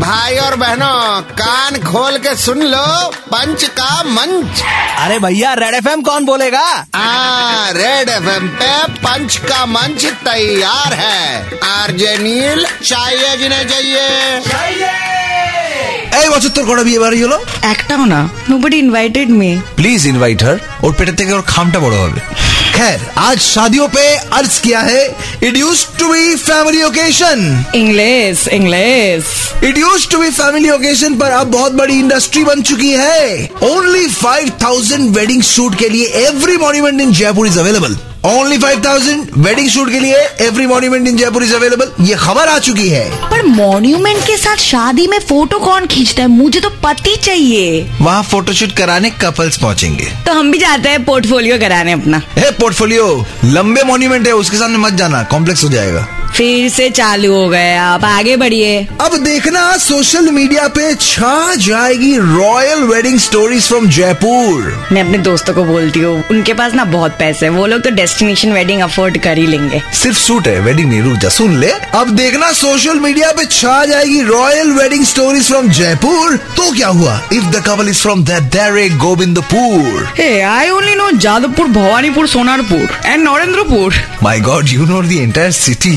भाई और बहनों कान खोल के सुन लो पंच का मंच अरे भैया रेड एफ कौन बोलेगा आ, रेड एफ पे पंच का मंच तैयार है आरजे नील चाहिए जिन्हें चाहिए এই বছর তোর কটা বিয়ে বাড়ি হলো একটাও না nobody invited me please invite her ওর পেটের থেকে ওর খামটা বড় হবে खैर आज शादियों पे अर्ज किया है it use to be family occasion English English it use to be family occasion पर अब बहुत बड़ी इंडस्ट्री बन चुकी है ओनली 5000 वेडिंग शूट के लिए every monument in Jaipur is available only 5000 wedding shoot के लिए every monument in Jaipur is available ये खबर आ चुकी है पर मॉन्यूमेंट के साथ शादी में फोटो कौन खींचता है मुझे तो पति चाहिए वहाँ फोटोशूट कराने कपल्स पहुंचेंगे तो हम भी जाते हैं पोर्टफोलियो कराने अपना हे पोर्टफोलियो लंबे मॉन्यूमेंट है उसके सामने मत जाना कॉम्प्लेक्स हो जाएगा फिर से चालू हो गए आप आगे बढ़िए अब देखना सोशल मीडिया पे छा जाएगी royal wedding stories from Jaipur मैं अपने दोस्तों को बोलती हूँ उनके पास ना बहुत पैसे हैं वो लोग तो डेस्टिनेशन वेडिंग अफोर्ड कर ही लेंगे सिर्फ सूट है वेडिंग नहीं रुक जा सुन ले अब देखना सोशल मीडिया पे छा जाएगी royal wedding stories from Jaipur तो क्या हुआ if the couple is from there Govindpur I only know Jadavpur Bhawanipur Sonarpur and Narendrapur my God you know the entire city